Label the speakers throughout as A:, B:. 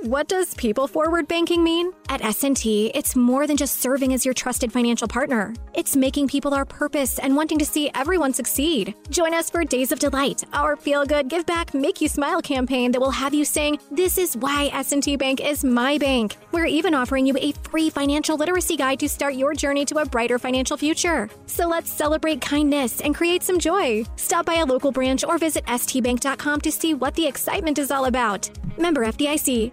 A: What does people forward banking mean?
B: At S&T, it's more than just serving as your trusted financial partner. It's making people our purpose and wanting to see everyone succeed. Join us for Days of Delight, our feel-good, give-back, make-you-smile campaign that will have you saying, this is why S&T Bank is my bank. We're even offering you a free financial literacy guide to start your journey to a brighter financial future. So let's celebrate kindness and create some joy. Stop by a local branch or visit stbank.com to see what the excitement is all about. Member FDIC.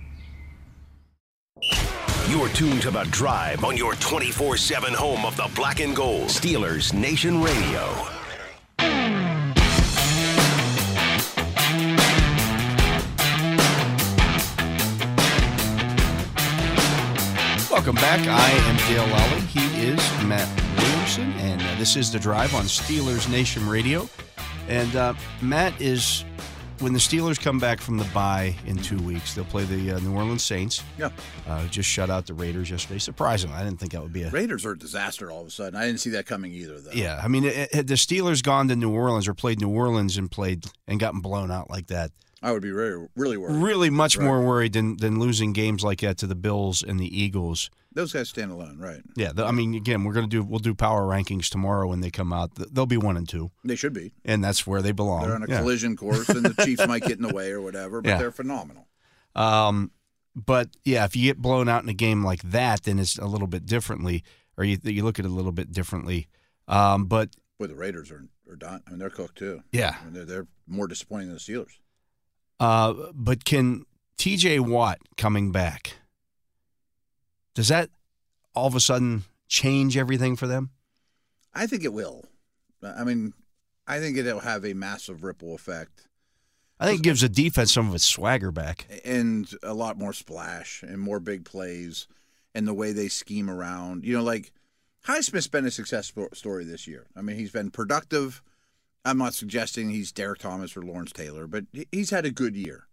C: You're tuned to The Drive on your 24 7 home of the black and gold. Steelers Nation Radio.
D: Welcome back. I am Dale Lally. He is Matt Williamson, and uh, this is the drive on Steelers Nation Radio. And uh, Matt is when the Steelers come back from the bye in two weeks, they'll play the uh, New Orleans Saints.
E: Yeah.
D: uh, just shut out the Raiders yesterday. Surprisingly, I didn't think that would be a
E: Raiders are a disaster all of a sudden. I didn't see that coming either, though.
D: Yeah, I mean, it, it- had the Steelers gone to New Orleans or played New Orleans and played and gotten blown out like that,
E: I would be really, really worried.
D: really much more worried than than losing games like that to the Bills and the Eagles.
E: Those guys stand alone, right?
D: Yeah, the, I mean, again, we're gonna do we'll do power rankings tomorrow when they come out. Th- They'll be one and two,
E: They should be.
D: and that's where they belong.
E: They're on a
D: Yeah.
E: collision course, and the Chiefs might get in the way or whatever, but
D: Yeah.
E: they're phenomenal.
D: Um, but yeah, if you get blown out in a game like that, then it's a little bit differently, or you you look at it a little bit differently. Um, but
E: Boy, the Raiders are, are done. I mean, they're cooked, too.
D: yeah,
E: I mean, they're, they're more disappointing than the Steelers.
D: Uh, but can TJ Watt coming back, does that all of a sudden change everything for them?
E: I think it will. I mean, I think it'll have a massive ripple effect
D: I think it gives the defense some of its swagger back.
E: and a lot more splash and more big plays and the way they scheme around. You know, like Highsmith's been a success spo- story this year. I mean, he's been productive. I'm not suggesting he's Derek Thomas or Lawrence Taylor, but he- he's had a good year.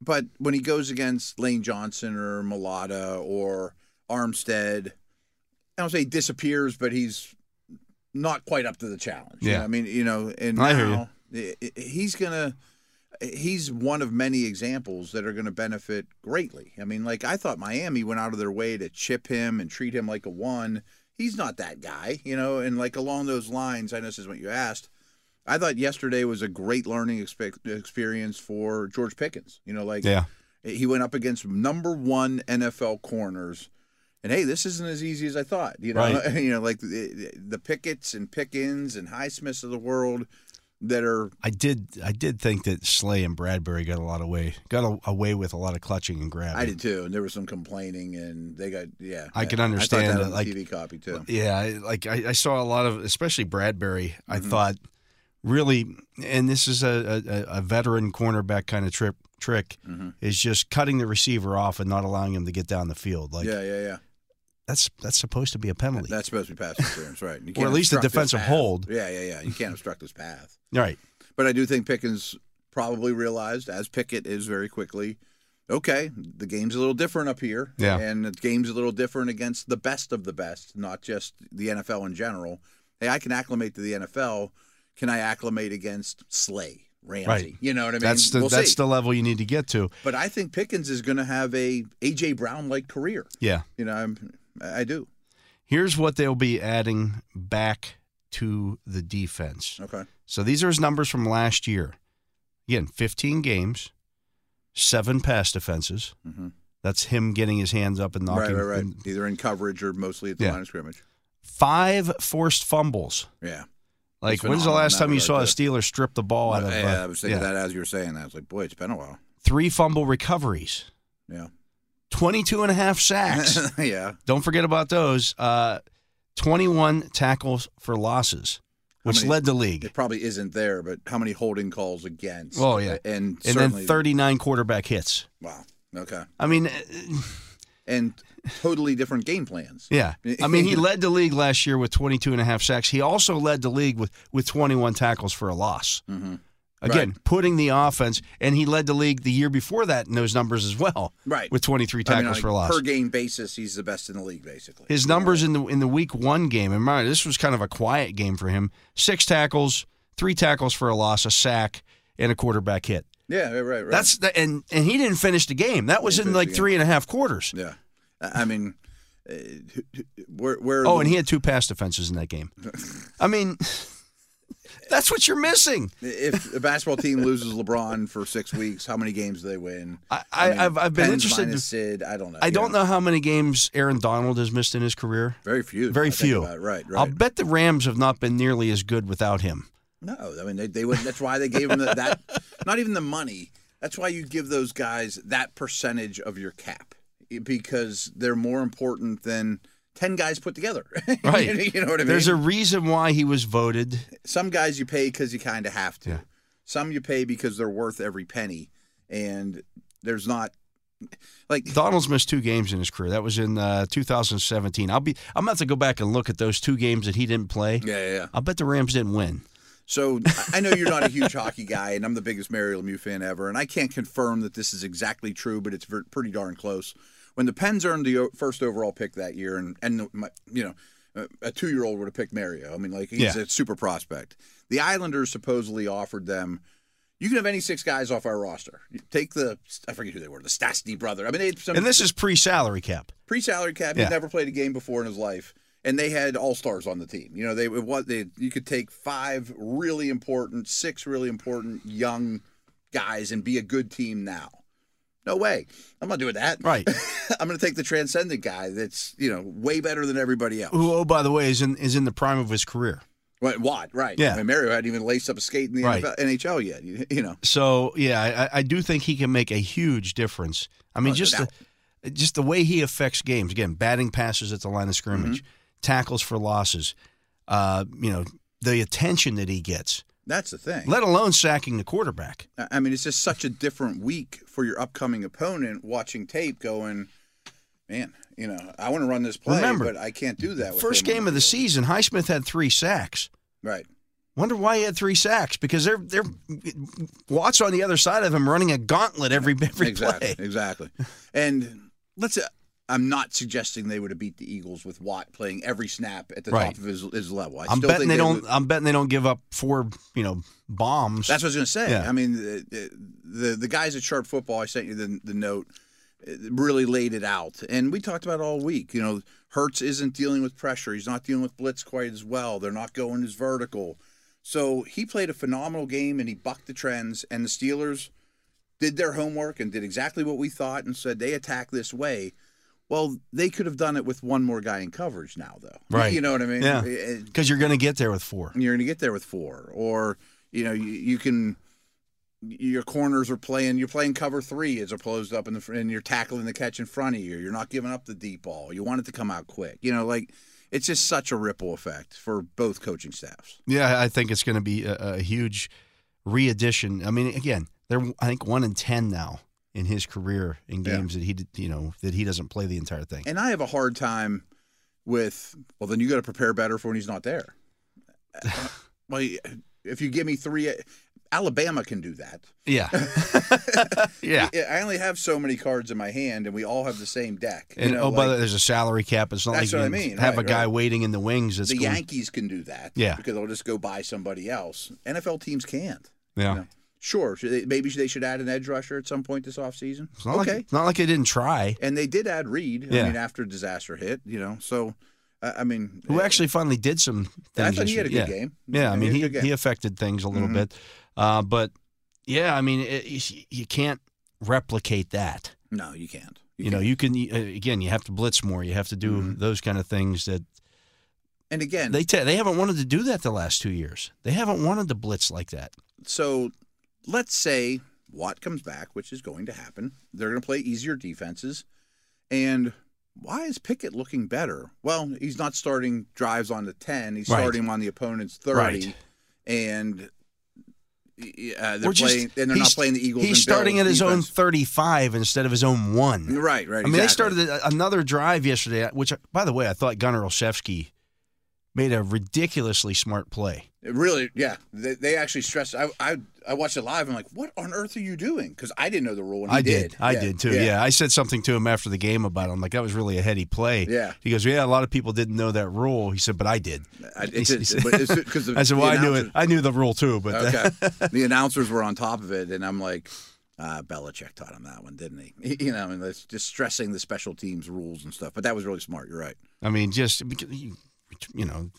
E: But when he goes against Lane Johnson or Mulata or Armstead, I don't say he disappears, but he's not quite up to the challenge. You
D: Yeah.
E: know what I mean, you know, and
D: I hear you.
E: now i- i- he's gonna he's one of many examples that are going to benefit greatly. I mean, like I thought Miami went out of their way to chip him and treat him like a one. He's not that guy, you know. And like along those lines, I know this is what you asked. I thought yesterday was a great learning expe- experience for George Pickens. You know, like
D: Yeah.
E: he went up against number one NFL corners, and hey, this isn't as easy as I thought. You know,
D: Right.
E: you know, like the, the Pickets and Pickens and Highsmiths of the world that are
D: I did. I did think that Slay and Bradbury got a lot of way, got a, away with a lot of clutching and grabbing.
E: I did too, and there was some complaining, and they got yeah.
D: I can
E: thought
D: understand
E: that
D: that,
E: on the
D: like-
E: TV copy too.
D: Yeah, I- like I, I saw a lot of, especially Bradbury. I
E: Mm-hmm.
D: thought really, and this is a, a, a veteran cornerback kind of trip trick
E: Mm-hmm.
D: is just cutting the receiver off and not allowing him to get down the field. Like
E: yeah, yeah, yeah.
D: that's that's supposed to be a penalty.
E: That's supposed to be pass interference, right? You
D: at least a
E: obstruct his
D: defensive
E: path.
D: hold.
E: Yeah, yeah, yeah. You can't obstruct his path.
D: right.
E: But I do think Pickens probably realized, as Pickett is very quickly, okay, the game's a little different up here.
D: Yeah.
E: And the game's a little different against the best of the best, not just the NFL in general. Hey, I can acclimate to the NFL. Can I acclimate against Slay, Ramsey?
D: Right.
E: You know what I mean?
D: that's the
E: We'll
D: that's
E: see.
D: the level you need to get to.
E: But I think Pickens is going to have a AJ Brown like career.
D: Yeah.
E: You know, I'm, I do.
D: Here's what they'll be adding back to the defense.
E: Okay.
D: So these are his numbers from last year. Again, 15 games, seven pass defenses.
E: Mhm.
D: That's him getting his hands up and
E: Right,
D: knocking.
E: right, right. Either in coverage or mostly at the
D: Yeah.
E: line of scrimmage.
D: Five forced fumbles.
E: Yeah.
D: Like,
E: That's
D: when's the
E: phenomenal
D: last
E: in
D: time
E: that
D: you saw a
E: regard,
D: Steeler strip the ball out of?
E: yeah,
D: uh,
E: I was thinking
D: yeah.
E: that as you were saying that. I was like, boy, it's been a while.
D: Three fumble recoveries,
E: Yeah.
D: 22 and a half sacks.
E: yeah.
D: Don't forget about those. Uh, 21 tackles for losses,
E: How
D: which
E: many-
D: led the league.
E: It probably isn't there, but how many holding calls against?
D: Oh, yeah.
E: And,
D: And then
E: certainly,
D: 39 quarterback hits.
E: Wow. Okay.
D: I mean,
E: And totally different game plans.
D: yeah. I mean, he led the league last year with 22 and a half sacks. He also led the league with, with 21 tackles for a loss.
E: Mhm.
D: Again, putting the offense, and he led the league the year before that in those numbers as well.
E: Right.
D: With 23
E: I
D: tackles
E: mean, on a
D: for a loss.
E: Per game basis, he's the best in the league, basically.
D: His numbers in the in the week one game, and remember, this was kind of a quiet game for him. Six tackles, three tackles for a loss, a sack, and a quarterback hit.
E: Yeah, right, right. right.
D: That's the, and and he didn't finish the game. That was
E: Didn't
D: in
E: finish
D: like
E: the game.
D: three and a half quarters.
E: yeah. I I mean, uh, where where?
D: Oh, and he had two pass defenses in that game. I mean, that's what you're missing.
E: if a basketball team loses LeBron for six weeks, how many games do they win?
D: I, I,
E: mean,
D: I've, I've been
E: Penn's
D: interested.
E: Minus
D: to-
E: Sid, I don't know.
D: I
E: you
D: don't know how many games Aaron Donald has missed in his career.
E: Very few.
D: Very
E: I think
D: few.
E: about it. Right,
D: I'll
E: right.
D: bet the Rams have not been nearly as good without him.
E: No, I mean they, they would. That's why they gave him the, that. Not even the money. That's why you give those guys that percentage of your cap eh, because they're more important than ten guys put together. You
D: Right.
E: know- you, know what I mean?
D: There's a reason why he was voted.
E: Some guys you pay because you kind of have to.
D: Yeah.
E: Some you pay because they're worth every penny, and there's not like
D: Donald's missed two games in his career. That was in uh, 2017. I'll be. I'm about to go back and look at those two games that he didn't play.
E: yeah, yeah, yeah.
D: I'll bet the Rams didn't win.
E: So I know you're not a huge hockey guy, and I'm the biggest Mary Lemieux fan ever, and I can't confirm that this is exactly true, but it's ver- pretty darn close. When the Pens earned the o- first overall pick that year, and and the- my, you know, a- a two year old would have picked Mario. I mean, like he's
D: Yeah.
E: a super prospect. The Islanders supposedly offered them. You can have any six guys off our roster. You Take the I forget who they were, the Stastny brother. I mean, they had some
D: And this is pre-salary cap.
E: pre-salary cap.
D: Yeah.
E: He'd never played a game before in his life, and they had all stars on the team. You know, they it was they you could take five really important, six really important young guys and be a good team now. No way, I'm not doing that.
D: Right.
E: I'm going to take the transcendent guy that's you know way better than everybody else.
D: Who, oh, by the way, is in is in the prime of his career.
E: What? what? Right.
D: Yeah.
E: I mean, Mario hadn't even laced up a skate in the
D: Right.
E: NFL NHL yet. You, you know.
D: So yeah, I- I, I do think he can make a huge difference. I mean,
E: Oh, no
D: just the, just the way he affects games. Again, batting passes at the line
E: Mm-hmm.
D: of scrimmage, tackles for losses. Uh, you know the attention that he gets,
E: That's the thing.
D: let alone sacking the quarterback.
E: I I mean, it's just such a different week for your upcoming opponent watching tape going, man, you know, I want to run this play,
D: Remember,
E: but I can't do that. With
D: First
E: him on
D: game of the
E: field."
D: season, Highsmith had three sacks.
E: Right.
D: Wonder why he had three sacks because they're they're Watts on the other side of him running a gauntlet every every
E: exactly.
D: play.
E: Exactly. And let's, uh, I'm not suggesting they would have beat the Eagles with Watt playing every snap at the
D: Right.
E: top of his, his level. I
D: I'm
E: still
D: betting
E: think
D: they don't.
E: would-
D: I'm betting they don't give up four you know bombs.
E: That's what I was going to say.
D: Yeah.
E: I mean, the, the- the the guys at Sharp Football, I sent you the, the note, uh, really laid it out. And we talked about it all week. You know, Hertz isn't dealing with pressure. He's not dealing with blitz quite as well. They're not going as vertical. So he played a phenomenal game and he bucked the trends. And the Steelers did their homework and did exactly what we thought and said they attack this way. Well, they could have done it with one more guy in coverage now, though.
D: Right.
E: You know what I mean? Eh,
D: Yeah.
E: It-
D: because you're going to get there with four.
E: and you're going to get there with four or you know you, you can your corners are playing you're playing cover three as opposed to up in the fr- and you're tackling the catch in front of you you're not giving up the deep ball you want it to come out quick you know like it's just such a ripple effect for both coaching staffs
D: Yeah, I think it's going to be a, a huge re-addition. I mean, again, they're I think one in ten now in his career in
E: Yeah.
D: games that he did- you know that he doesn't play the entire thing.
E: and i have a hard time with well then you got to prepare better for when he's not there Uh, well if you give me three alabama can do that
D: Yeah, yeah.
E: I- i only have so many cards in my hand and we all have the same deck you
D: And
E: know,
D: oh, by
E: like-
D: the way, there's a salary cap. It's not like
E: That's
D: you
E: what I
D: can
E: mean,
D: have
E: right,
D: a guy
E: right.
D: waiting in the wings. That's
E: the
D: going,
E: Yankees can do that.
D: Yeah.
E: Because they'll just go buy somebody else. NFL teams can't.
D: Yeah.
E: you know. Sure. should they- Maybe they should add an edge rusher at some point this offseason.
D: It's not
E: Okay.
D: like it's not like they didn't try.
E: and they did add Reed,
D: Yeah.
E: I mean, after disaster hit, you know. So, I I mean,
D: Who actually finally did some things?
E: I thought
D: this
E: he had a
D: year.
E: good
D: yeah.
E: game.
D: Yeah, I mean
E: had
D: he
E: a good
D: he
E: game.
D: affected things a little
E: Mhm.
D: bit, uh, but yeah, I mean it, you- you can't replicate that.
E: No, you can't.
D: you know
E: can't.
D: you can uh, again you have to blitz more you have to do
E: Mhm.
D: those kind of things that
E: And again,
D: they te- they haven't wanted to do that the last two years they haven't wanted to blitz like that
E: so let's say Watt comes back, which is going to happen. They're going to play easier defenses. And why is Pickett looking better? Well, he's not starting drives on the 10, he's
D: Right.
E: starting him on the opponent's 30.
D: Right.
E: And uh, they're playing, and they're not
D: he's-
E: playing the Eagles.
D: He's
E: and
D: starting at
E: Bills
D: his own
E: defense.
D: 35 instead of his own one.
E: right, right.
D: I mean, they
E: exactly.
D: started a- another drive yesterday, which, by the way, I thought Gunnar Olszewski made a ridiculously smart play.
E: It really, yeah. They, they actually stressed. I, I I watched it live. I'm like, what on earth are you doing? Because I didn't know the rule. And he
D: I did. I
E: Yeah,
D: did too. Yeah. I said something to him after the game about it. I'm like, that was really a heady play.
E: Yeah.
D: He goes, yeah, a lot of people didn't know that rule. He said, but I did.
E: I,
D: He
E: it's
D: said-
E: it, but it's, 'cause the,
D: I said,
E: the
D: well, I knew it.
E: announcers-
D: I knew the rule too, but
E: Okay. the announcers were on top of it, and I'm like, uh, Belichick taught him that one, didn't he? You know, I mean, that's just stressing the special teams rules and stuff. But that was really smart. You're right.
D: I mean, just because you you know,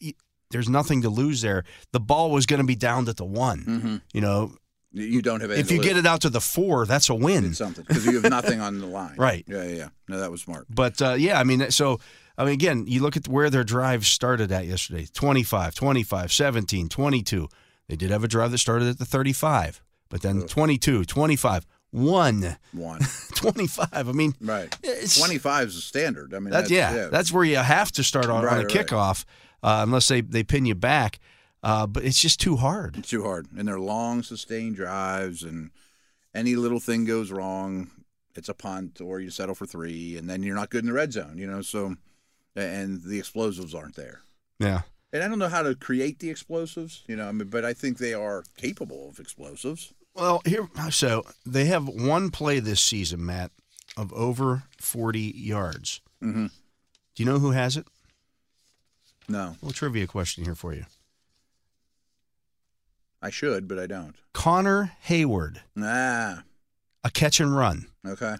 D: you- there's nothing to lose there. The ball was going to be down at the one.
E: Mm-hmm.
D: You know,
E: You- You don't have
D: if you get it out to the four, that's a win.
E: it's something because you have nothing on the line.
D: Right.
E: Yeah, yeah. yeah. No, that was smart.
D: But uh, yeah, I mean, so I mean, again, you look at where their drive started at yesterday 25, 25, 17, 22. They did have a drive that started at the 35, but then 22, 25, 1,
E: One.
D: 25. I mean,
E: Right.
D: It's-
E: 25 is the standard. I mean,
D: that's, yeah, that's where you have to start on, on a
E: Right, right.
D: kickoff, uh, unless they, they pin you back. Uh, but it's just too hard.
E: too hard. And they're long, sustained drives, and any little thing goes wrong, it's a punt or you settle for three, and then you're not good in the red zone, you know? So, and the explosives aren't there.
D: Yeah.
E: And I don't know how to create the explosives, you know, I mean, but I think they are capable of explosives.
D: Well, here, so they have one play this season, Matt, of over 40 yards.
E: Mhm.
D: Do you know who has it?
E: No,
D: little trivia question here for you.
E: I should, but I don't.
D: Connor Hayward,
E: Ah,
D: a catch and run.
E: okay.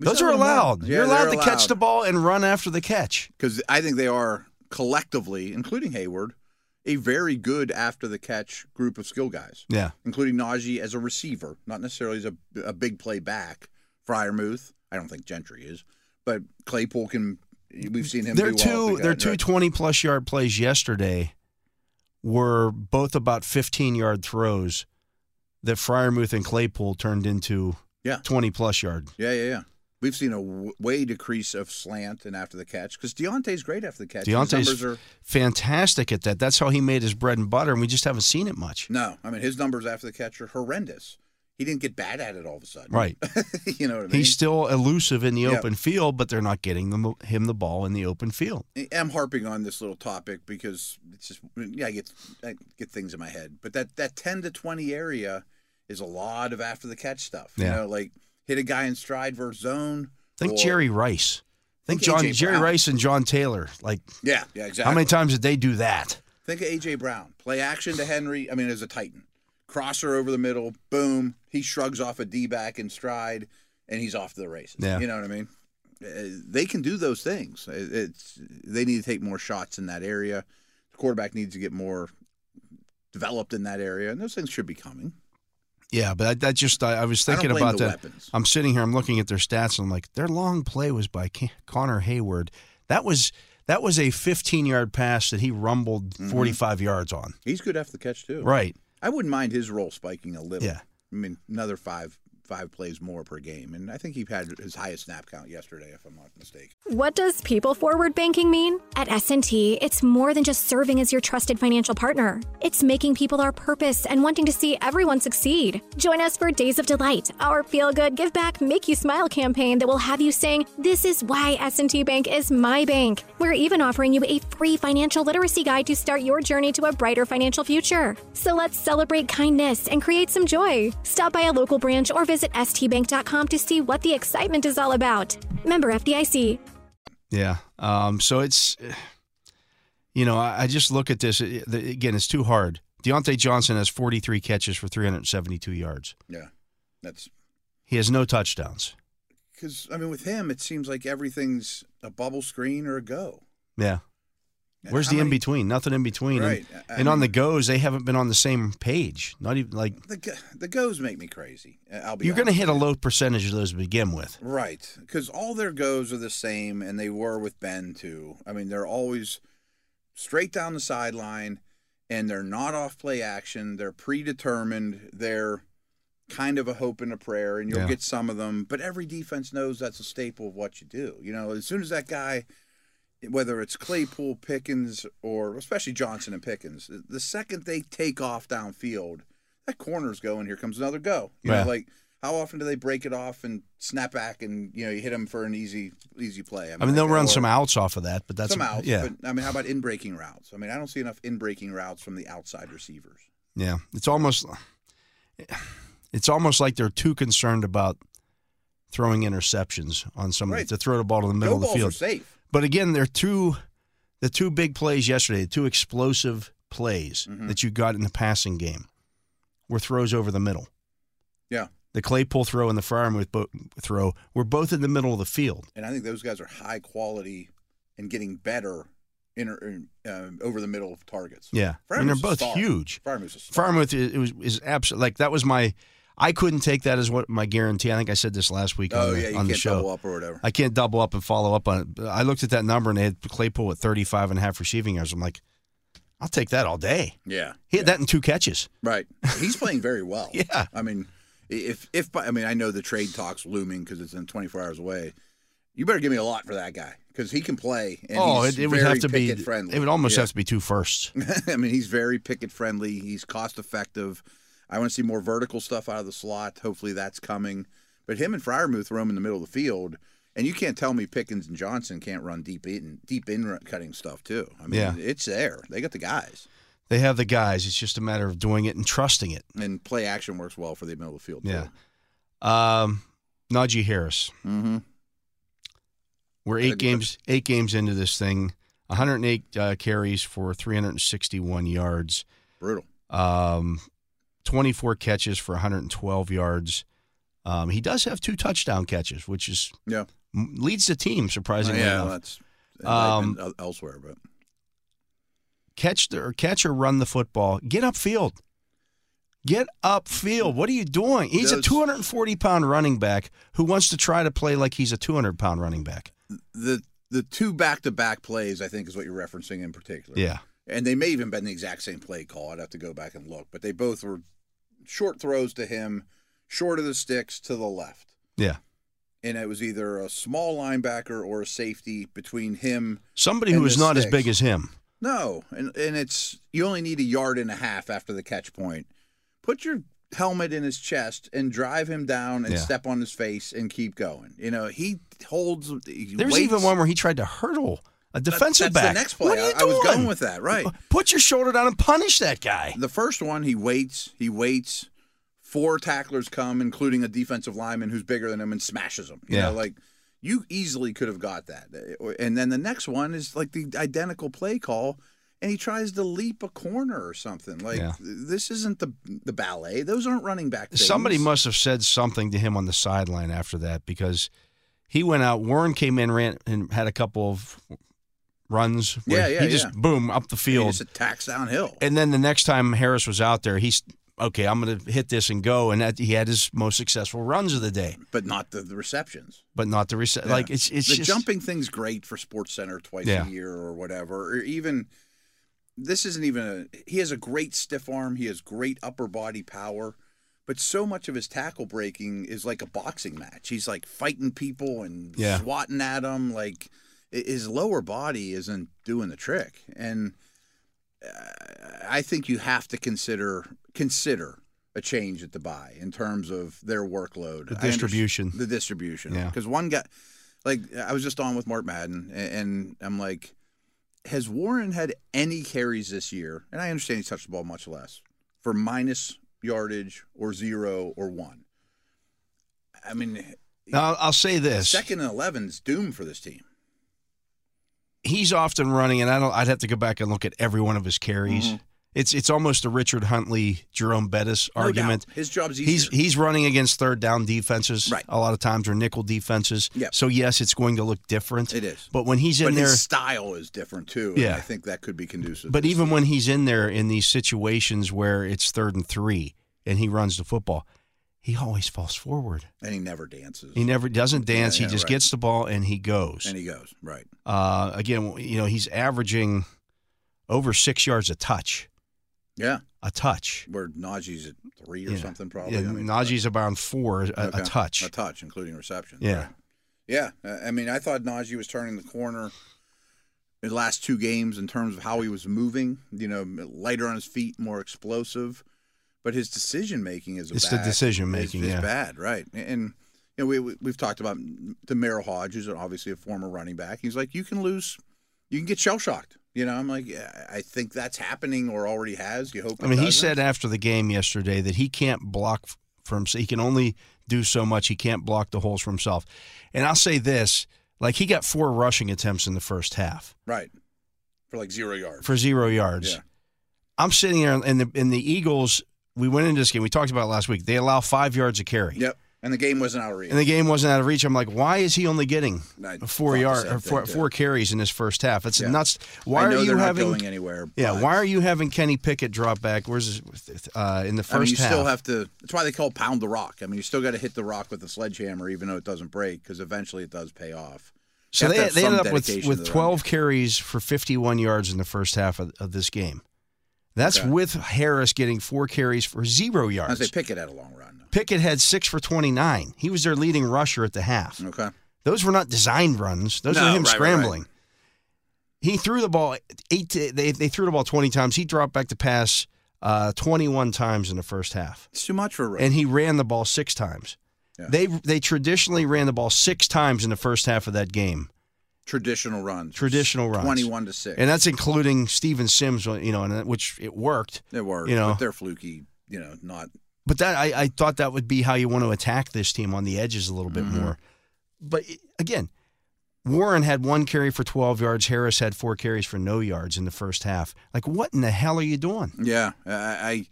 E: We
D: Those
E: saw
D: are
E: them run.
D: allowed.
E: Yeah,
D: You're
E: they're
D: allowed to catch the ball and run after the catch.
E: because I think they are collectively, including Hayward, a very good after the catch group of skill guys,
D: Yeah.
E: including Najee as a receiver, not necessarily as a, a big play back. Fryermuth, I don't think Gentry is, but Claypool can. We've seen him.
D: Their
E: do well
D: two
E: with the
D: their
E: guy,
D: two
E: right.
D: 20 plus yard plays yesterday were both about 15 yard throws that Fryermuth and Claypool turned into
E: Yeah.
D: 20 plus yard.
E: Yeah, yeah, yeah. We've seen a w- way decrease of slant and after the catch because Deontay's great after the catch. His numbers
D: Deontay's
E: are
D: fantastic at that. That's how he made his bread and butter, and we just haven't seen it much.
E: no. I mean, his numbers after the catch are horrendous. He didn't get bad at it all of a sudden.
D: Right.
E: you know what I mean?
D: He's still elusive in the
E: Yeah.
D: open field, but they're not getting them, him the ball in the open field.
E: I'm harping on this little topic because it's just yeah, I get I get things in my head, but that that 10 to 20 area is a lot of after the catch stuff.
D: Yeah.
E: You know, like hit a guy in stride versus zone.
D: Think
E: or-
D: Jerry Rice. Think,
E: Think
D: John
E: A.J.
D: Jerry
E: Brown.
D: Rice and John Taylor. Like
E: Yeah, yeah, exactly.
D: how many times did they do that?
E: Think of AJ Brown. Play action to Henry. I mean, as a Titan, crosser over the middle. Boom. He shrugs off a D back in stride, and he's off to the races.
D: Yeah.
E: You know what I mean? Uh, They can do those things. It- It's they need to take more shots in that area. The quarterback needs to get more developed in that area, and those things should be coming.
D: Yeah, but I, that just I, I was
E: I don't
D: thinking
E: blame
D: about
E: the
D: that.
E: weapons.
D: I'm sitting here, I'm looking at their stats, and I'm like, their long play was by Ca- Connor Hayward. That was that was a 15 yard pass that he rumbled 45 yards on.
E: He's good after the catch too.
D: Right.
E: I wouldn't mind his role spiking a little.
D: Yeah.
E: I mean, another five five plays more per game, and I think he had his highest snap count yesterday, if I'm not mistaken.
B: What does people forward banking mean? At S&T, it's more than just serving as your trusted financial partner. It's making people our purpose and wanting to see everyone succeed. Join us for Days of Delight, our feel good, give back, make you smile campaign that will have you saying, "This is why S&T Bank is my bank." We're even offering you a free financial literacy guide to start your journey to a brighter financial future. So let's celebrate kindness and create some joy. Stop by a local branch or visit stbank.com to see what the excitement is all about. Member FDIC.
D: Yeah. Um, so it's, you know, I, I just look at this. It- the- again, it's too hard. Deontay Johnson has 43 catches for 372 yards.
E: Yeah, that's
D: He has no touchdowns.
E: Because I mean, with him, it seems like everything's a bubble screen or a go.
D: Yeah.
E: And
D: Where's
E: how
D: the in
E: many-
D: between? Nothing in between.
E: Right.
D: And,
E: I- I
D: and on the
E: mean-
D: goes, they haven't been on the same page. Not even like
E: The go- the goes make me crazy. uh, I'll be.
D: you're going to
E: honest
D: hit a
E: with
D: low percentage of those to begin with.
E: you. Right, because all their goes are the same, and they were with Ben too. I mean, they're always straight down the sideline, and they're not off play action. They're predetermined. They're kind of a hope and a prayer, and you'll
D: Yeah.
E: get some of them. But every defense knows that's a staple of what you do. You know, as soon as that guy whether it's Claypool, Pickens, or especially Johnson and Pickens, the second they take off downfield, that corner's going. Here comes another go. You
D: Yeah.
E: know, like how often do they break it off and snap back and you know you hit them for an easy easy play?
D: I mean, they'll
E: like,
D: run
E: or
D: some outs off of that, but that's
E: some outs.
D: Yeah,
E: But I mean, how about in breaking routes? I mean, I don't see enough in breaking routes from the outside receivers.
D: yeah. It's almost, it's almost like they're too concerned about throwing interceptions on somebody
E: Right.
D: to throw the ball to the
E: Go
D: middle of
E: balls
D: the
E: are
D: field.
E: safe.
D: But again, they're two, the two big plays yesterday, the two explosive plays
E: Mm-hmm.
D: that you got in the passing game, were throws over the middle.
E: Yeah,
D: The Claypool throw and the Fryermuth bo- throw were both in the middle of the field.
E: and I think those guys are high quality and getting better in, in um, over the middle of targets.
D: Yeah,
E: Fryermuth's
D: and they're
E: a
D: both
E: star.
D: huge.
E: Fryermuth's a star.
D: Farmouth is, it was is absolutely like that was my. I couldn't take that as what my guarantee. I think I said this last week
E: Oh
D: on the,
E: yeah, you
D: on the
E: can't
D: show.
E: double up or whatever.
D: I can't double up and follow up on it. But I looked at that number and they had Claypool at 35 and a half receiving yards. I'm like, I'll take that all day.
E: yeah,
D: He had that in two catches.
E: Right. He's playing very well.
D: Yeah.
E: I mean, if if I mean, I know the trade talks looming because it's in 24 hours away. You better give me a lot for that guy because he can play. And
D: oh,
E: he's
D: it, it would
E: very
D: have to be.
E: picket friendly.
D: It would almost have to be two firsts.
E: I mean, he's very picket friendly. He's cost effective. I want to see more vertical stuff out of the slot. Hopefully, that's coming. But him and Fryermuth roam in the middle of the field, and you can't tell me Pickens and Johnson can't run deep in deep in cutting stuff too. I mean,
D: Yeah.
E: it's there. They got the guys,
D: They have the guys. It's just a matter of doing it and trusting it.
E: and play action works well for the middle of the field.
D: Yeah. Um, Najee Harris.
E: Mm-hmm.
D: We're eight games eight games into this thing. 108 uh, carries for 361 yards.
E: Brutal.
D: Um, 24 catches for 112 yards. Um, he does have two touchdown catches, which is
E: Yeah.
D: m- leads the team surprisingly
E: yeah,
D: enough.
E: that's
D: Um,
E: and uh, elsewhere, but
D: Catch the or catch or run the football. Get upfield. Get upfield. What are you doing? He's a
E: Those-
D: 240 pound running back who wants to try to play like he's a 200 pound running back.
E: the the two back to back plays, I think, is what you're referencing in particular.
D: Yeah.
E: and they may even been the exact same play call. I'd have to go back and look, but they both were short throws to him, short of the sticks to the left,
D: Yeah.
E: and it was either a small linebacker or a safety between him.
D: Somebody
E: And
D: who is
E: the
D: not as
E: sticks.
D: big as him.
E: No, and and it's you only need a yard and a half after the catch point. Put your helmet in his chest and drive him down and
D: Yeah.
E: step on his face and keep going. You know he holds. He
D: There's
E: waits.
D: even one where he tried to hurdle a defensive
E: that's
D: back.
E: the next play.
D: What are you
E: I- I was
D: doing?
E: going with that, right.
D: Put your shoulder down and punish that guy.
E: The first one, he waits, he waits. Four tacklers come, including a defensive lineman who's bigger than him and smashes him. You
D: Yeah.
E: know, like you easily could have got that. And then the next one is like the identical play call, and he tries to leap a corner or something. Like
D: Yeah.
E: th- this isn't the the ballet. Those aren't running back. Things.
D: Somebody must have said something to him on the sideline after that because he went out. Warren came in, ran and had a couple of runs. where
E: Yeah, yeah,
D: He just
E: yeah.
D: boom up the
E: He
D: field,
E: just attacks downhill.
D: and then the next time Harris was out there, he's okay. I'm going to hit this and go, and that, he had his most successful runs of the day,
E: but not the, the receptions.
D: but not the reset.
E: Yeah.
D: Like it's it's
E: the
D: just
E: jumping thing's great for Sports Center twice
D: Yeah.
E: a year or whatever, or even this isn't even a. He has a great stiff arm. He has great upper body power, but so much of his tackle breaking is like a boxing match. He's like fighting people and
D: Yeah.
E: swatting at them. Like i- his lower body isn't doing the trick, and uh, I think you have to consider consider. A change at the buy in terms of their workload,
D: The
E: I underst-
D: distribution.
E: the distribution,
D: Yeah.
E: because one guy, like I was just on with Mark Madden, and, and I'm like, has Warren had any carries this year? And I understand he's touched the ball much less for minus yardage or zero or one. I mean,
D: Now, I'll, I'll say this:
E: second and eleven's doomed for this team.
D: he's often running, and I don't. I'd have to go back and look at every one of his carries.
E: Mm-hmm.
D: It's it's almost a Richard Huntley, Jerome Bettis
E: No
D: argument.
E: doubt. His job's easier.
D: He's he's running against third down defenses,
E: Right.
D: A lot of times or nickel defenses.
E: Yep.
D: So yes, it's going to look different.
E: It is.
D: But when he's in
E: but
D: there,
E: his style is different too. and
D: Yeah.
E: I think that could be conducive.
D: but
E: to this
D: even when he's in there in these situations where it's third and three and he runs the football, he always falls forward.
E: team. and he never dances,
D: He never doesn't dance.
E: yeah,
D: he just
E: right.
D: gets the ball and he goes.
E: and he goes right.
D: uh, again, you know, he's averaging over six yards a touch.
E: Yeah,
D: A touch.
E: where Najee's at three or
D: Yeah.
E: something probably.
D: Yeah,
E: I mean,
D: Najee's around four, a, a
E: Okay.
D: touch.
E: A touch, including reception.
D: Yeah.
E: Right. Yeah. I I mean, I thought Najee was turning the corner in the last two games in terms of how he was moving, you know, lighter on his feet, more explosive. but his decision making is
D: It's the decision-making,
E: Is,
D: yeah.
E: bad, right? And you know, we, we we've talked about the Merrill Hodge, who's obviously a former running back. He's like, you can lose, you can get shell shocked. You know, I'm like, yeah, I think that's happening or already has. You hope.
D: I
E: it
D: mean, he
E: doesn't.
D: said after the game yesterday that he can't block f- for himself. He can only do so much. He can't block the holes for himself. And I'll say this: like he got four rushing attempts in the first half
E: right for like zero yards.
D: for zero yards.
E: Yeah.
D: I'm sitting there, and the and the Eagles. We went into this game. We talked about it last week. They allow five yards a carry,
E: Yep. And the game wasn't out of reach.
D: and the game wasn't out of reach. I'm like, why is he only getting
E: I thought
D: four
E: the
D: yard
E: same
D: or
E: thing,
D: four,
E: too.
D: four carries in his first half? It's
E: Yeah.
D: nuts. Why
E: I know
D: are you
E: they're
D: having?
E: not going anywhere?
D: yeah,
E: but-
D: why are you having Kenny Pickett drop back? Where's his, uh, in the first
E: I mean, you
D: half?
E: still have to. That's why they call pound the rock. I mean, you still got to hit the rock with a sledgehammer, even though it doesn't break, because eventually it does pay off.
D: So
E: You have to
D: they,
E: have
D: they
E: some
D: ended up with,
E: dedication to
D: with
E: the run
D: 12
E: game.
D: carries for 51 yards in the first half of, of this game. That's
E: Okay.
D: with Harris getting four carries for zero
E: I
D: yards.
E: say pick it at a long run.
D: Pickett had six for 29. He was their leading rusher at the half.
E: Okay.
D: Those were not designed runs. Those
E: No,
D: were him
E: right, right,
D: scrambling. He threw the ball eight. To, they they threw the ball 20 times. He dropped back to pass uh, 21 times in the first half
E: It's too much for a rookie.
D: and he ran the ball six times.
E: Yeah.
D: They they traditionally ran the ball six times in the first half of that game,
E: traditional runs.
D: Traditional runs.
E: 21 to 6.
D: and that's including Steven Sims, uh, you know, and which it worked.
E: it worked.
D: you know.
E: But they're fluky, you know, not.
D: But that I, I thought that would be how you want to attack this team on the edges a little bit more. But again, Warren had one carry for 12 yards. Harris had four carries for no yards in the first half. Like, what in the hell are you doing?
E: Yeah. I. I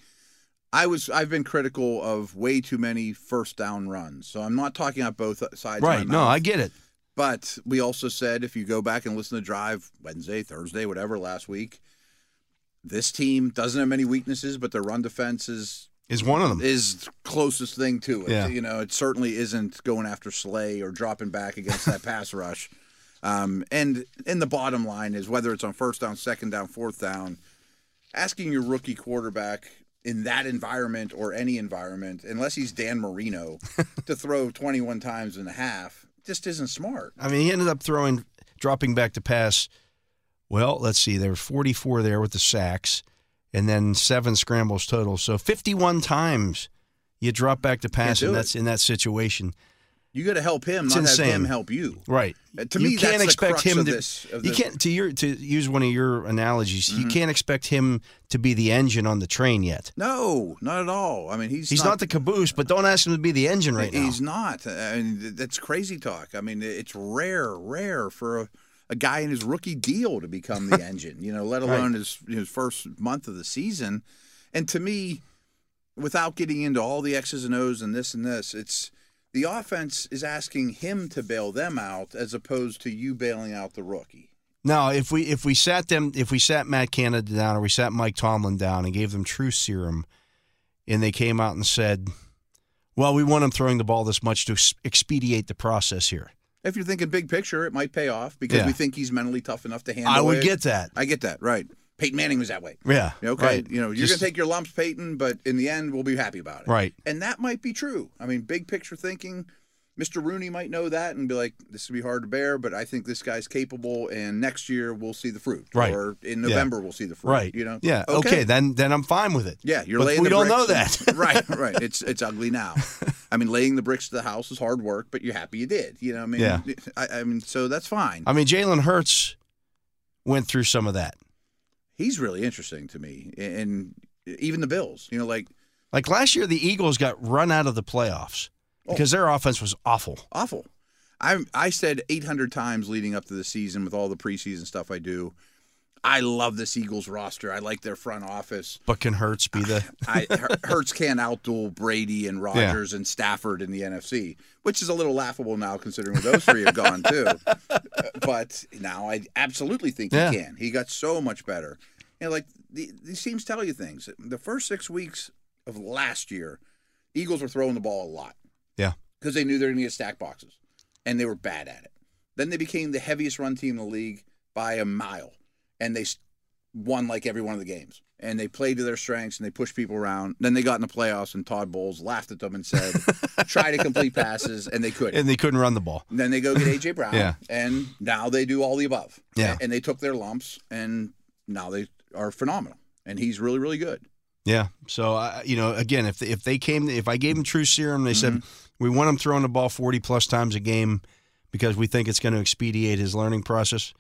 E: I was I've been critical of way too many first down runs, so I'm not talking out both sides. of my
D: right? No,
E: mouth.
D: I get it.
E: But we also said if you go back and listen to Drive Wednesday, Thursday, whatever last week, this team doesn't have many weaknesses, but their run defense is
D: Is one of them?
E: is closest thing to it.
D: Yeah.
E: You know, it certainly isn't going after Slay or dropping back against that pass rush. Um, and and the bottom line is whether it's on first down, second down, fourth down, asking your rookie quarterback in that environment or any environment, unless he's Dan Marino, to throw 21 times and a half, just isn't smart.
D: I mean, he ended up throwing, dropping back to pass. Well, let's see. There were 44 there with the sacks, and then seven scrambles total. So 51 times you drop back to pass,
E: do
D: and
E: it.
D: that's in that situation.
E: You got to help him,
D: It's
E: not
D: insane.
E: have him help you.
D: Right.
E: Uh, to me, that's the crux of this- of Mm-hmm.
D: you
E: this.
D: can't to your to use one of your analogies. You can't expect him to be the engine on the train yet.
E: No, not at all. I mean, he's
D: He's not, the caboose, but don't ask him to be the engine right now.
E: He's not. I mean, th- that's crazy talk. I mean, it's rare, rare for a, a guy in his rookie deal to become the engine, you know, let alone his, his first month of the season. And to me, without getting into all the X's and O's and this and this, it's the offense is asking him to bail them out as opposed to you bailing out the rookie.
D: Now, if we if we sat them if we sat Matt Canada down or we sat Mike Tomlin down and gave them true serum, and they came out and said, "Well, we want him throwing the ball this much to ex- expedite the process here,"
E: If you're thinking big picture, it might pay off because
D: Yeah.
E: we think he's mentally tough enough to handle
D: I would
E: it.
D: get that.
E: I get that, right. Peyton Manning was that way.
D: Yeah.
E: Okay,
D: Right.
E: you know, you're
D: Just-
E: gonna take your lumps, Peyton, but in the end, we'll be happy about it.
D: Right.
E: And that might be true. I mean, big picture thinking, Mr. Rooney might know that and be like, "This will be hard to bear, but I think this guy's capable, and next year we'll see the fruit.
D: Right.
E: Or in
D: Yeah.
E: November we'll see the fruit.
D: Right.
E: You know.
D: Yeah. Okay. Then then I'm fine with it.
E: yeah, you're
D: But
E: laying.
D: we
E: the
D: don't know
E: bricks-
D: that.
E: right, right. It's it's ugly now. I mean, laying the bricks to the house is hard work, but you're happy you did. You know, I mean,
D: Yeah.
E: I, I mean, so that's fine.
D: I mean, Jalen Hurts went through some of that.
E: He's really interesting to me, and and even the Bills. You know, like
D: Like last year, the Eagles got run out of the playoffs
E: Oh.
D: because their offense was awful.
E: awful. I I said 800 times leading up to the season with all the preseason stuff I do. I love this Eagles roster. I like their front office.
D: But can Hurts be the?
E: I Her- Hertz can't outduel Brady and Rodgers and Stafford in the NFC, which is a little laughable now considering where those three have gone too. But now I absolutely think
D: Yeah.
E: he can. He got so much better. And like the, these teams tell you things. The first six weeks of last year, Eagles were throwing the ball a lot
D: Yeah.
E: because they knew they were going to get stack boxes, and they were bad at it. Then they became the heaviest run team in the league by a mile, and they s- won like every one of the games. And they played to their strengths and they pushed people around. Then they got in the playoffs, and Todd Bowles laughed at them and said, "Try to complete passes," and they couldn't.
D: And they couldn't run the ball.
E: And then they go get AJ Brown,
D: Yeah.
E: and now they do all the above.
D: Yeah.
E: and they took their lumps, and now they are phenomenal. And he's really, really good.
D: Yeah. So I you know, again, if if they came, if I gave them true serum, they said we want him throwing the ball forty plus times a game because we think it's going to expedite his learning process.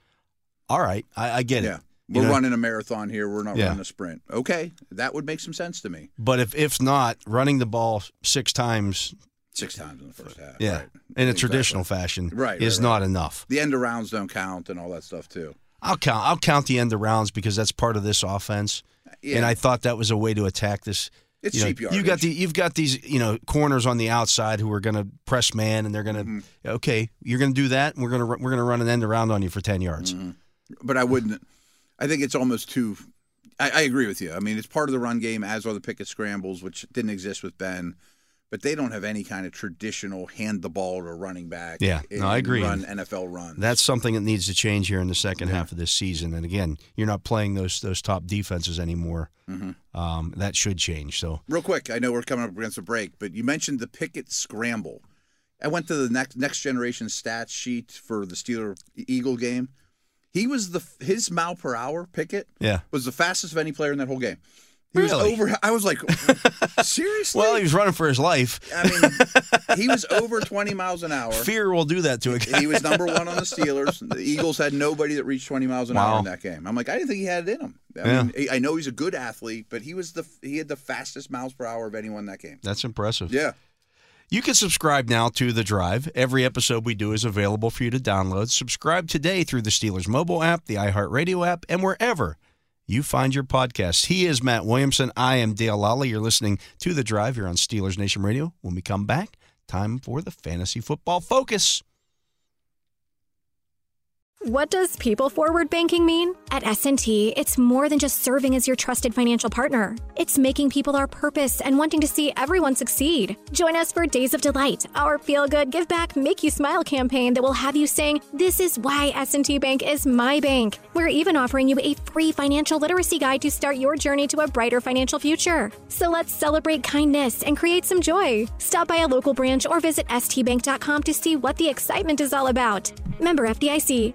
D: All right, I, I get
E: Yeah.
D: it. You
E: We're
D: know?
E: running a marathon here. We're not
D: Yeah.
E: running a sprint. Okay. That would make some sense to me.
D: But if if not running the ball six times,
E: Six times in the first half.
D: yeah,
E: Right.
D: in a
E: Exactly.
D: traditional fashion,
E: Right,
D: is
E: right,
D: not enough.
E: The end of rounds don't count and all that stuff, too.
D: I'll count. I'll count the end of rounds because that's part of this offense.
E: Yeah.
D: And I thought that was a way to attack this.
E: It's
D: you know,
E: cheap
D: You got
E: yardage.
D: the you've got these you know corners on the outside who are going to press man and they're going to
E: Mm-hmm.
D: okay you're going to do that and we're going to we're going to run an end around on you for ten yards.
E: Mm-hmm. but I wouldn't. I think it's almost too. I, I agree with you. I mean, it's part of the run game, as are the picket scrambles, which didn't exist with Ben. But they don't have any kind of traditional hand the ball to running back.
D: Yeah,
E: and
D: no, I agree.
E: Run NFL runs.
D: That's something that needs to change here in the second half of this season. And again, you're not playing those those top defenses anymore.
E: Mm-hmm.
D: Um, that should change. So
E: real quick. I know we're coming up against a break, but you mentioned the picket scramble. I went to the next next generation stats sheet for the Steeler E-, Eagle game. He was the his mile per hour picket
D: yeah.
E: was the fastest of any player in that whole game. He
D: Really?
E: was over. I was like, seriously.
D: Well, he was running for his life.
E: I mean, he was over 20 miles an hour.
D: Fear will do that to a guy.
E: He was number one on the Steelers. The Eagles had nobody that reached 20 miles an hour
D: Wow.
E: in that game. I'm like, I didn't think he had it in him. I,
D: Yeah.
E: mean, he- I know he's a good athlete, but he was the he had the fastest miles per hour of anyone in that game.
D: That's impressive.
E: Yeah,
D: You can subscribe now to The Drive. Every episode we do is available for you to download. Subscribe today through the Steelers mobile app, the iHeartRadio app, and wherever you find your podcasts. He is Matt Williamson. I am Dale Lally. You're listening to The Drive here on Steelers Nation Radio. When we come back, time for the Fantasy Football Focus.
B: What does people forward banking mean? At S&T, it's more than just serving as your trusted financial partner. It's making people our purpose and wanting to see everyone succeed. Join us for Days of Delight, our feel good, give back, make you smile campaign that will have you saying, "This is why S&T Bank is my bank." We're even offering you a free financial literacy guide to start your journey to a brighter financial future. So let's celebrate kindness and create some joy. Stop by a local branch or visit stbank.com to see what the excitement is all about. Member FDIC.